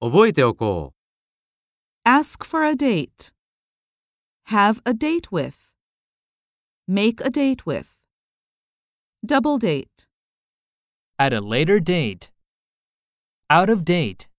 覚えておこう。 Ask for a date. Have a date with. Make a date with. Double date. At a later date. Out of date.